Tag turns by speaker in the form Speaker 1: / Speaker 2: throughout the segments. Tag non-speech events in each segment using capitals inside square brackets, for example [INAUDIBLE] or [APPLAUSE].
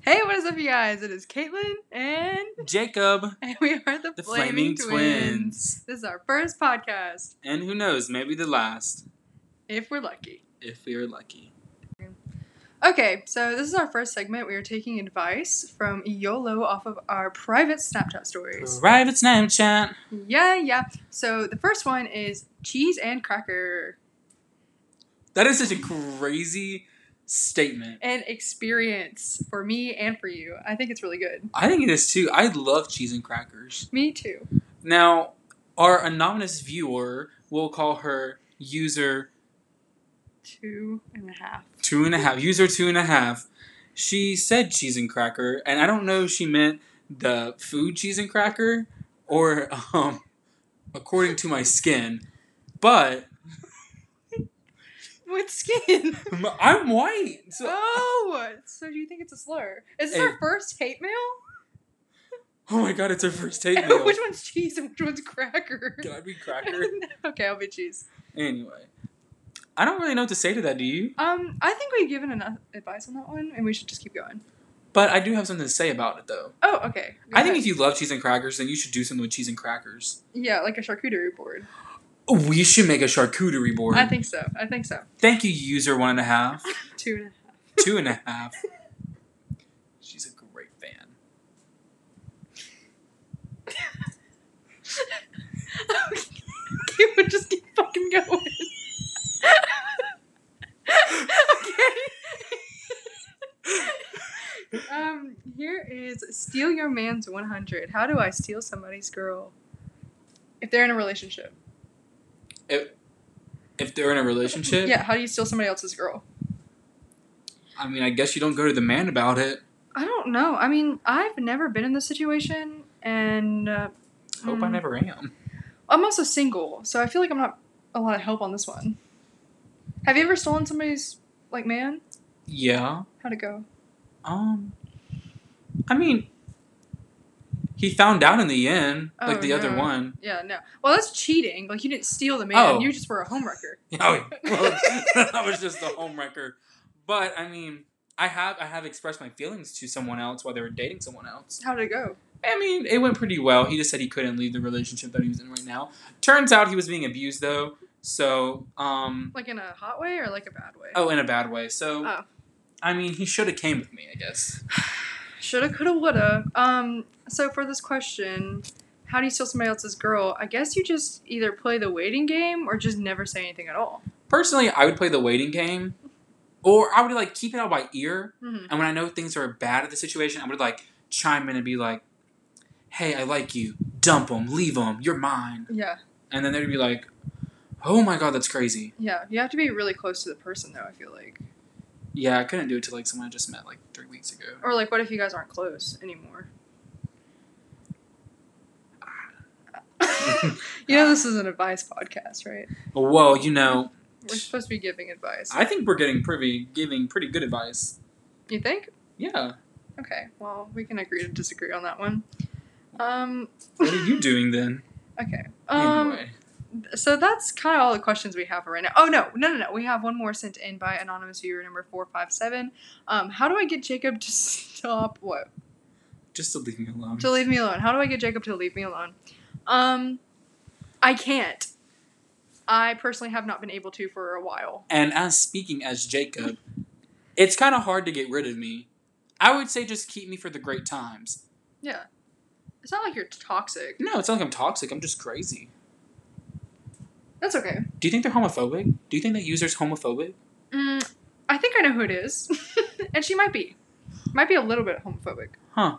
Speaker 1: Hey, what is up, you guys? It is Caitlin and [LAUGHS]
Speaker 2: Jacob,
Speaker 1: and we are the,
Speaker 2: the
Speaker 1: Flaming,
Speaker 2: Flaming,
Speaker 1: Twins.
Speaker 2: twins.
Speaker 1: This is our first podcast,
Speaker 2: And who knows, maybe the last,
Speaker 1: if we're lucky.
Speaker 2: if we are lucky.
Speaker 1: Okay, so this is our first segment. We are taking advice from YOLO off of our private Snapchat stories.
Speaker 2: Private Snapchat.
Speaker 1: Yeah, yeah. So the first one is cheese and cracker.
Speaker 2: That is such a crazy statement.
Speaker 1: An experience for me and for you. I think it's really good.
Speaker 2: I think it is too. I love cheese and crackers.
Speaker 1: Me too.
Speaker 2: Now, our anonymous viewer will call her user
Speaker 1: Two and a half. [LAUGHS]
Speaker 2: two and a half. User two and a half. She said cheese and cracker, and I don't know if she meant the food cheese and cracker or [LAUGHS] um, according to my skin, but
Speaker 1: With skin.
Speaker 2: I'm white. So
Speaker 1: oh, so do you think it's a slur? Is this
Speaker 2: Hey.
Speaker 1: our first hate mail?
Speaker 2: Oh my god, it's her first hate
Speaker 1: [LAUGHS]
Speaker 2: mail.
Speaker 1: which one's cheese and which one's cracker?
Speaker 2: Can I be cracker?
Speaker 1: [LAUGHS] okay, I'll be cheese.
Speaker 2: anyway, I don't really know what to say to that, do you?
Speaker 1: Um, I think we've given enough advice on that one, and we should just keep going.
Speaker 2: But I do have something to say about it though.
Speaker 1: Oh, okay.
Speaker 2: I think if you love cheese and crackers, then you should do something with cheese and crackers.
Speaker 1: [LAUGHS] yeah, like a charcuterie board.
Speaker 2: We should make a charcuterie board.
Speaker 1: I think so. I think so.
Speaker 2: Thank you, user one and a half,
Speaker 1: [LAUGHS] Two and a half.
Speaker 2: two and a half. She's a great fan.
Speaker 1: [LAUGHS] Okay, we'll just keep fucking going. okay. [LAUGHS] um, here is steal your man's one hundred. How do I steal somebody's girl? If they're in a relationship.
Speaker 2: If they're in a relationship,
Speaker 1: Yeah, how do you steal somebody else's girl?
Speaker 2: I mean, I guess you don't go to the man about it.
Speaker 1: I don't know. I mean, I've never been in this situation, and uh,
Speaker 2: Hope I
Speaker 1: mm,
Speaker 2: never am.
Speaker 1: I'm also single, so I feel like I'm not a lot of help on this one. Have you ever stolen somebody's like man?
Speaker 2: Yeah.
Speaker 1: How'd it go?
Speaker 2: Um, I mean, he found out in the end,
Speaker 1: Oh,
Speaker 2: like the other
Speaker 1: no.
Speaker 2: one. [LAUGHS]
Speaker 1: Yeah, no. Well, that's cheating. Like you didn't steal the man.
Speaker 2: Oh.
Speaker 1: You just were a homewrecker.
Speaker 2: Oh, well, [LAUGHS] that was just the homewrecker. But I mean, I have I have expressed my feelings to someone else while they were dating someone else.
Speaker 1: How'd it go?
Speaker 2: I mean, it went pretty well. He just said he couldn't leave the relationship that he was in right now. Turns out he was being abused though. So, um,
Speaker 1: Like in a hot way or like a bad way?
Speaker 2: oh, in a bad way. So,
Speaker 1: Oh.
Speaker 2: I mean, he should have came with me, I guess.
Speaker 1: Shoulda, coulda, woulda. Um. So for this question, how do you steal somebody else's girl? I guess you just either play the waiting game or just never say anything at all.
Speaker 2: Personally, I would play the waiting game, or I would like keep it out by ear.
Speaker 1: hmm
Speaker 2: And when I know things are bad at the situation, I would like chime in and be like, "Hey, I like you. Dump them, leave them. You're mine."
Speaker 1: Yeah.
Speaker 2: And then they'd be like, "Oh my god, that's crazy."
Speaker 1: Yeah, you have to be really close to the person, though. I feel like,
Speaker 2: Yeah, I couldn't do it to like someone I just met like three weeks
Speaker 1: [LAUGHS]
Speaker 2: ago.
Speaker 1: or like, what if you guys aren't close
Speaker 2: [LAUGHS]
Speaker 1: anymore? you know, this is an advice podcast, right?
Speaker 2: Well, you know,
Speaker 1: We're supposed to be giving advice.
Speaker 2: I think we're getting pretty giving pretty good advice.
Speaker 1: you think?
Speaker 2: Yeah.
Speaker 1: Okay, well, we can agree to disagree on that one. Um,
Speaker 2: What are you doing then?
Speaker 1: okay. [LAUGHS] Um,
Speaker 2: anyway,
Speaker 1: so that's kind of all the questions we have for right now. Oh no, no, no, no. We have one more sent in by anonymous viewer number four five seven. Um, how do I get Jacob to [LAUGHS] stop what?
Speaker 2: just to leave me alone.
Speaker 1: to leave me alone. How do I get Jacob to leave me alone? Um, I can't. I personally have not been able to for a while.
Speaker 2: and as speaking as Jacob, it's kind of hard to get rid of me. I would say just keep me for the great times.
Speaker 1: Yeah, it's not like you're toxic.
Speaker 2: No, it's not like I'm toxic. I'm just crazy.
Speaker 1: That's okay.
Speaker 2: Do you think they're homophobic? Do you think that user's homophobic?
Speaker 1: Mm, I think I know who it is, [LAUGHS] and she might be, might be a little bit homophobic.
Speaker 2: Huh.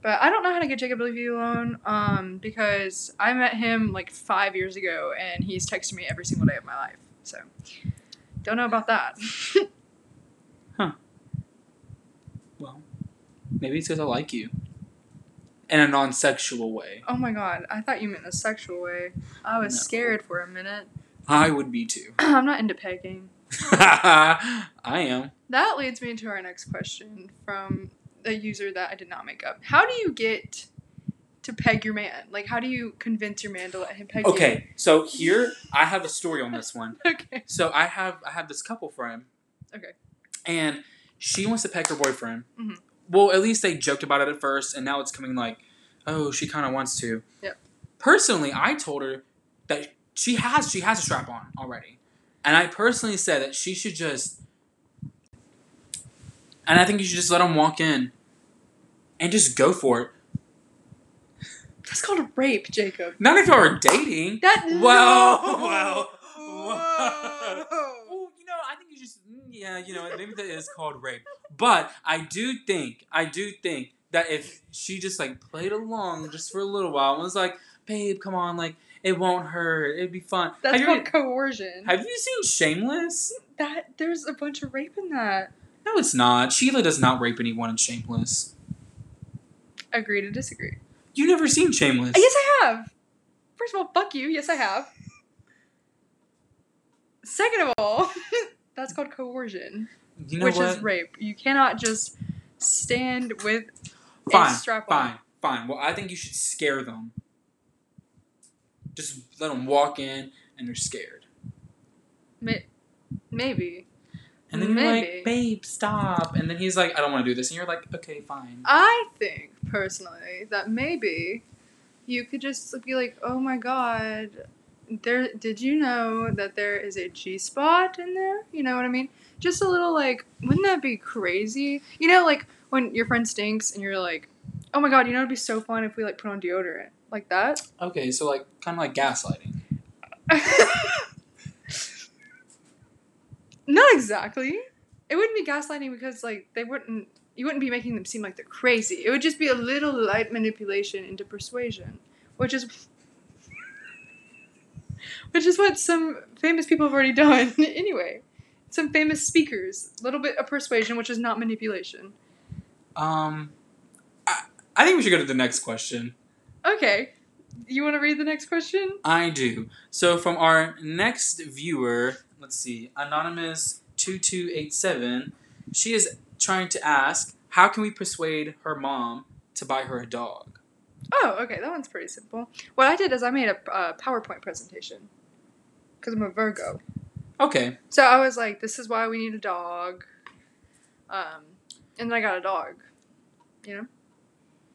Speaker 1: But I don't know how to get Jacob to leave you alone. Um, because I met him like five years ago, and he's texted me every single day of my life. So, don't know about that. [LAUGHS]
Speaker 2: Well, maybe it's because I like you. In a non sexual way.
Speaker 1: oh my god, I thought you meant in a sexual way. I was
Speaker 2: No.
Speaker 1: scared for a minute.
Speaker 2: I would be too. [LAUGHS]
Speaker 1: [CLEARS THROAT] I'm not into pegging.
Speaker 2: I am.
Speaker 1: That leads me to our next question from a user that I did not make up. How do you get to peg your man? Like, how do you convince your man to let him peg you?
Speaker 2: Okay, so here I have a story on this one.
Speaker 1: Okay. [LAUGHS] Okay.
Speaker 2: So I have I have this couple friend.
Speaker 1: Okay.
Speaker 2: And she wants to peck her boyfriend.
Speaker 1: Mhm.
Speaker 2: well, at least they joked about it at first, and now it's coming like, oh, she kind of wants to.
Speaker 1: Yep.
Speaker 2: Personally, I told her that she has she has a strap on already, and I personally said that she should just. And I think you should just let him walk in, and just go for it.
Speaker 1: That's called rape, Jacob.
Speaker 2: Not if y'all are dating.
Speaker 1: [LAUGHS] That
Speaker 2: Whoa,
Speaker 1: no!
Speaker 2: [LAUGHS] whoa, whoa.
Speaker 1: Whoa.
Speaker 2: Well, you know, I think you just mm, yeah, you know, maybe that is called rape. But I do think, I do think that if she just like played along just for a little while and was like, "Babe, come on, like it won't hurt, it'd be fun."
Speaker 1: [LAUGHS] That's
Speaker 2: have,
Speaker 1: called
Speaker 2: you,
Speaker 1: coercion.
Speaker 2: have you seen Shameless?
Speaker 1: that there's a bunch of rape in that.
Speaker 2: No, it's not. Sheila does not rape anyone in Shameless.
Speaker 1: Agree to disagree.
Speaker 2: You never seen Shameless?
Speaker 1: Yes, I have. First of all, fuck you. Yes, I have. Second of all, [LAUGHS] that's called coercion,
Speaker 2: you know
Speaker 1: which
Speaker 2: what?
Speaker 1: is rape. You cannot just stand with
Speaker 2: fine,
Speaker 1: a strap on.
Speaker 2: fine, fine. Well, I think you should scare them. Just let them walk in, and they're scared.
Speaker 1: May- maybe.
Speaker 2: And then you're
Speaker 1: Maybe.
Speaker 2: like, babe, stop. And then he's like, I don't want to do this. And you're like, okay, fine.
Speaker 1: I think personally that maybe you could just be like, "Oh my god, there did you know that there is a G spot in there?" You know what I mean? Just a little like, wouldn't that be crazy? You know like when your friend stinks and you're like, "Oh my god, you know it'd be so fun if we like put on deodorant." Like that?
Speaker 2: Okay, so like, kind of like gaslighting.
Speaker 1: [LAUGHS] Not exactly. It wouldn't be gaslighting because like they wouldn't you wouldn't be making them seem like they're crazy. It would just be a little light manipulation into persuasion, which is which is what some famous people have already done [LAUGHS] anyway. Some famous speakers, a little bit of persuasion, which is not manipulation.
Speaker 2: Um, I, I think we should go to the next question.
Speaker 1: Okay. You want to read the next question?
Speaker 2: I do. So from our next viewer, let's see, anonymous two two eight seven, she is trying to ask, how can we persuade her mom to buy her a dog?
Speaker 1: Oh, okay. That one's pretty simple. What I did is I made a uh, PowerPoint presentation because I'm a Virgo.
Speaker 2: Okay,
Speaker 1: So I was like, this is why we need a dog. Um, and then I got a dog.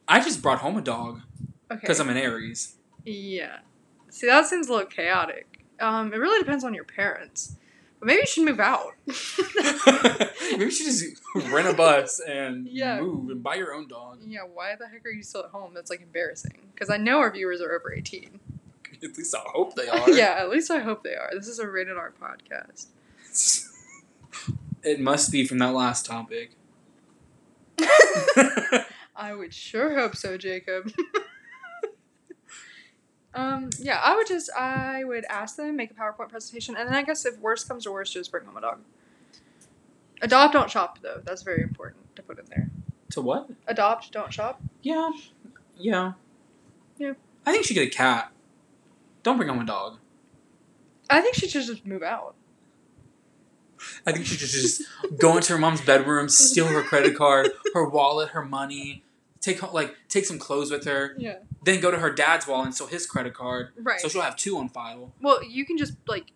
Speaker 2: I just brought home a dog
Speaker 1: Okay.
Speaker 2: because I'm
Speaker 1: [LAUGHS]
Speaker 2: an Aries. [LAUGHS]
Speaker 1: yeah. See, that seems a little chaotic. Um, it really depends on your parents. But maybe you should move
Speaker 2: [LAUGHS]
Speaker 1: out. [LAUGHS]
Speaker 2: Maybe she just [LAUGHS] rent a bus and
Speaker 1: Yeah.
Speaker 2: move and buy your own dog.
Speaker 1: yeah, why the heck are you still at home? That's like embarrassing. Because I know our viewers are over 18.
Speaker 2: [LAUGHS] At least I hope
Speaker 1: [LAUGHS]
Speaker 2: they are.
Speaker 1: yeah, at least I hope they are. This is a rated R podcast.
Speaker 2: [LAUGHS] It must be from that last topic.
Speaker 1: [LAUGHS] I would sure hope so, Jacob. [LAUGHS] um, yeah, I would just I would ask them make a PowerPoint presentation, and then I guess if worse comes to worse, just bring home a dog. Adopt, don't shop though. That's very important to put in there.
Speaker 2: to what?
Speaker 1: Adopt, don't shop.
Speaker 2: Yeah. Yeah.
Speaker 1: Yeah.
Speaker 2: I think she get a cat. Don't bring home a dog.
Speaker 1: I think she should just move out.
Speaker 2: I think she should just go into her mom's bedroom, steal her credit card, her wallet, her money, take home, like take some clothes with her,
Speaker 1: [LAUGHS] Yeah,
Speaker 2: then go to her dad's wallet and steal his credit card.
Speaker 1: right.
Speaker 2: So she'll have two on file.
Speaker 1: well, you can just like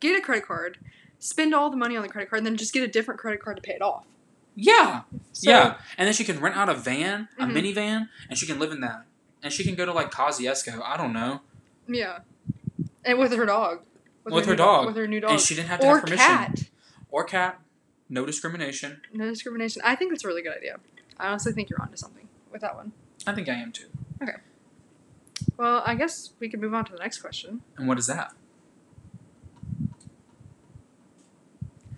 Speaker 1: get a credit card, spend all the money on the credit card, and then just get a different credit card to pay it off.
Speaker 2: Yeah.
Speaker 1: So,
Speaker 2: yeah. And then she can rent out a van, a
Speaker 1: Mhm.
Speaker 2: minivan, and she can live in that. And she can go to like Kosciuszko. I don't know.
Speaker 1: yeah, and with her dog.
Speaker 2: With her
Speaker 1: new
Speaker 2: dog.
Speaker 1: With her new dog.
Speaker 2: And she didn't have to
Speaker 1: or
Speaker 2: have permission.
Speaker 1: cat.
Speaker 2: Or cat. No discrimination.
Speaker 1: No discrimination. I think that's a really good idea. I honestly think you're onto something with that one.
Speaker 2: I think I am too.
Speaker 1: Well, I guess we can move on to the next question.
Speaker 2: And what is that?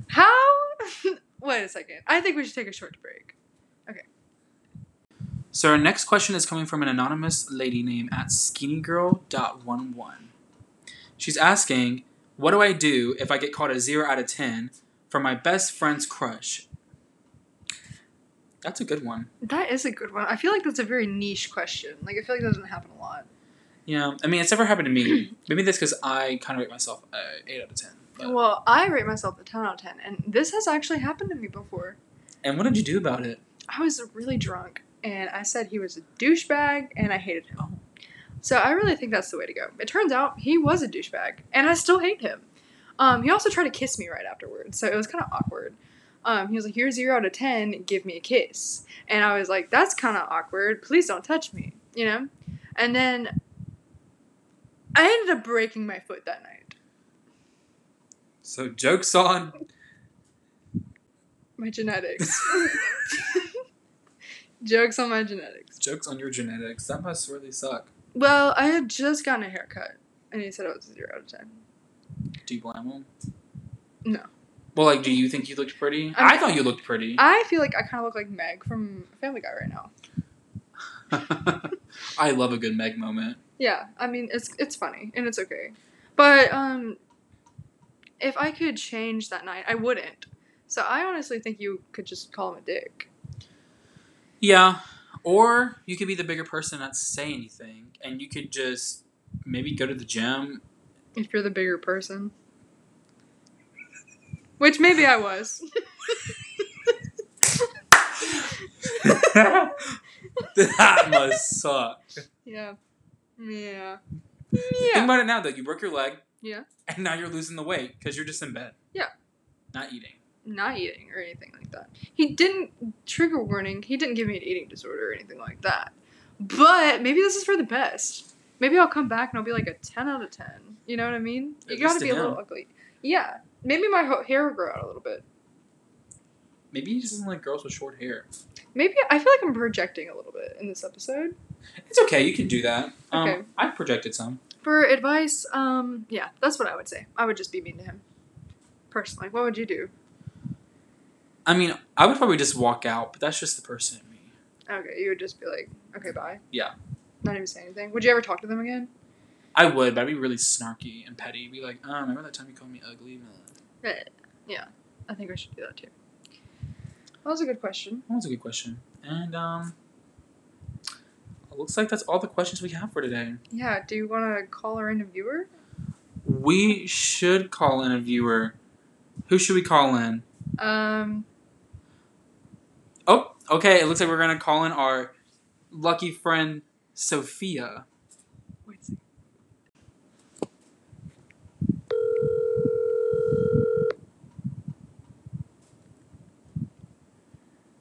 Speaker 1: How? [LAUGHS] Wait a second. I think we should take a short break.
Speaker 2: So our next question is coming from an anonymous lady named at skinnygirl.11. She's asking, what do I do if I get caught a 0 out of 10 for my best friend's crush? That's a good one.
Speaker 1: That is a good one. I feel like that's a very niche question. Like I feel like that doesn't happen a lot.
Speaker 2: Yeah, I mean, it's never happened
Speaker 1: [CLEARS THROAT]
Speaker 2: to me. Maybe that's because I kind of rate myself uh, 8 out of 10. but-
Speaker 1: Well, I rate myself a ten out of ten, and this has actually happened to me before.
Speaker 2: And what did you do about it?
Speaker 1: I was really drunk, and I said he was a douchebag, and I hated him.
Speaker 2: Oh.
Speaker 1: So I really think that's the way to go. It turns out he was a douchebag, and I still hate him. Um, he also tried to kiss me right afterwards, so it was kind of awkward. Um, he was like, "You're zero out of ten. Give me a kiss." And I was like, "That's kind of awkward. Please don't touch me," you know. And then I ended up breaking my foot that night.
Speaker 2: So jokes on
Speaker 1: [LAUGHS]
Speaker 2: [LAUGHS]
Speaker 1: My genetics. Jokes on my genetics.
Speaker 2: jokes on your genetics. That must really suck.
Speaker 1: Well, I had just gotten a haircut, and he said I was zero out of ten.
Speaker 2: Do you blame him?
Speaker 1: No.
Speaker 2: Well, like, do you think you looked pretty?
Speaker 1: I'm-
Speaker 2: i thought you looked pretty.
Speaker 1: I feel like I kind of look like Meg from Family Guy right now.
Speaker 2: [LAUGHS] I love a good Meg moment.
Speaker 1: Yeah, I mean it's it's funny and it's okay, but um, if I could change that night, I wouldn't. So I honestly think you could just call him a dick.
Speaker 2: Yeah. Or you could be the bigger person and not say anything, and you could just maybe go to the gym. [LAUGHS]
Speaker 1: If you're the bigger person. Which maybe I [LAUGHS] was.
Speaker 2: that must suck.
Speaker 1: yeah. Yeah.
Speaker 2: Think
Speaker 1: Yeah.
Speaker 2: about it now, though. You broke your leg.
Speaker 1: Yeah.
Speaker 2: And now you're losing the weight because you're just in bed.
Speaker 1: Yeah.
Speaker 2: Not eating.
Speaker 1: Not eating or anything like that. He didn't, trigger warning, he didn't give me an eating disorder or anything like that. But maybe this is for the best. Maybe I'll come back and I'll be like a 10 out of 10. You know what I mean?
Speaker 2: At
Speaker 1: you gotta
Speaker 2: least
Speaker 1: be
Speaker 2: to
Speaker 1: a little
Speaker 2: him.
Speaker 1: ugly. Yeah. Maybe my ho- hair will grow out a little bit.
Speaker 2: Maybe he just doesn't like girls with short hair.
Speaker 1: Maybe I feel like I'm projecting a little bit in this episode.
Speaker 2: It's okay. You can do that. Um,
Speaker 1: Okay.
Speaker 2: I've projected some.
Speaker 1: For advice, um, yeah, that's what I would say. I would just be mean to him. Personally, what would you do?
Speaker 2: I mean, I would probably just walk out, but that's just the person in me.
Speaker 1: Okay, you would just be like, okay, bye.
Speaker 2: Yeah.
Speaker 1: Not even say anything. Would you ever talk to them again?
Speaker 2: I would, but I'd be really snarky and petty. Be like, oh, remember that time you called me ugly? Nah.
Speaker 1: Yeah, I think I should do that too. That was a good question.
Speaker 2: That was a good question. And um, it looks like that's all the questions we have for today.
Speaker 1: Yeah, do you want to call our interviewer?
Speaker 2: We should call in a viewer. Who should we call in?
Speaker 1: Um,
Speaker 2: Oh, okay. It looks like we're gonna call in our lucky friend Sophia.
Speaker 1: wait a second.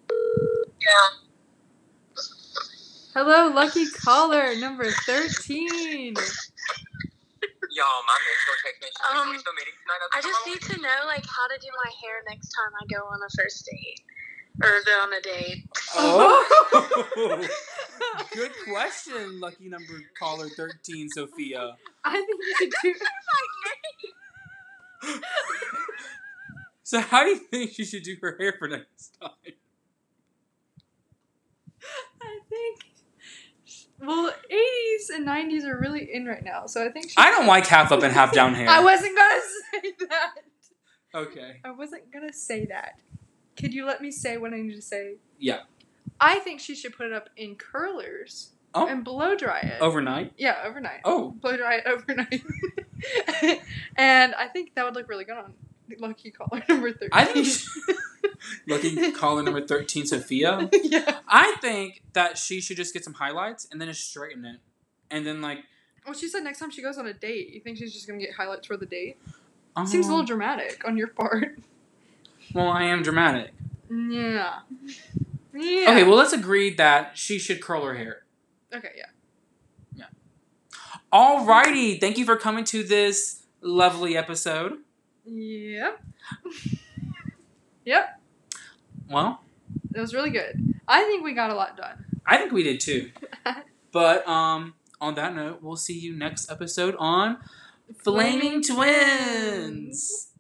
Speaker 3: Yeah.
Speaker 1: Hello, lucky caller number 13.
Speaker 3: Yo, my mental technician.
Speaker 4: Um,
Speaker 3: we still meeting tonight?
Speaker 4: I just need to know like how to do my hair next time I go on a first date or go on a date.
Speaker 2: Oh, [LAUGHS] good question, lucky number caller thirteen, Sophia.
Speaker 1: [LAUGHS] I think you should do
Speaker 2: So, how do you think she should do her hair for next time?
Speaker 1: I think. Well, 80s and 90s are really in right now, so I think. She,
Speaker 2: I don't like half up and half
Speaker 1: [LAUGHS]
Speaker 2: down hair.
Speaker 1: I wasn't gonna say that.
Speaker 2: okay.
Speaker 1: I wasn't gonna say that. Could you let me say what I need to say?
Speaker 2: Yeah.
Speaker 1: I think she should put it up in curlers
Speaker 2: Oh.
Speaker 1: and blow dry it.
Speaker 2: Overnight.
Speaker 1: Yeah, overnight.
Speaker 2: Oh,
Speaker 1: Blow dry it [LAUGHS] overnight. and I think that would look really good on Lucky Caller [LAUGHS] number 13.
Speaker 2: I think. She-
Speaker 1: [LAUGHS]
Speaker 2: Looking caller number thirteen, Sophia.
Speaker 1: yeah.
Speaker 2: I think that she should just get some highlights and then just straighten it, and then like.
Speaker 1: Well, she said next time she goes on a date, you think she's just gonna get highlights for the date?
Speaker 2: Um,
Speaker 1: Seems a little dramatic on your part.
Speaker 2: "Oh, Well, I am dramatic.
Speaker 1: Yeah. Yeah.
Speaker 2: Okay, well, let's agree that she should curl her hair.
Speaker 1: Okay, yeah.
Speaker 2: Alrighty, thank you for coming to this lovely episode.
Speaker 1: Yep. yep.
Speaker 2: Well,
Speaker 1: It was really good. I think we got a lot done. [LAUGHS]
Speaker 2: I think we did too. But um, on that note, we'll see you next episode on Flaming Twins.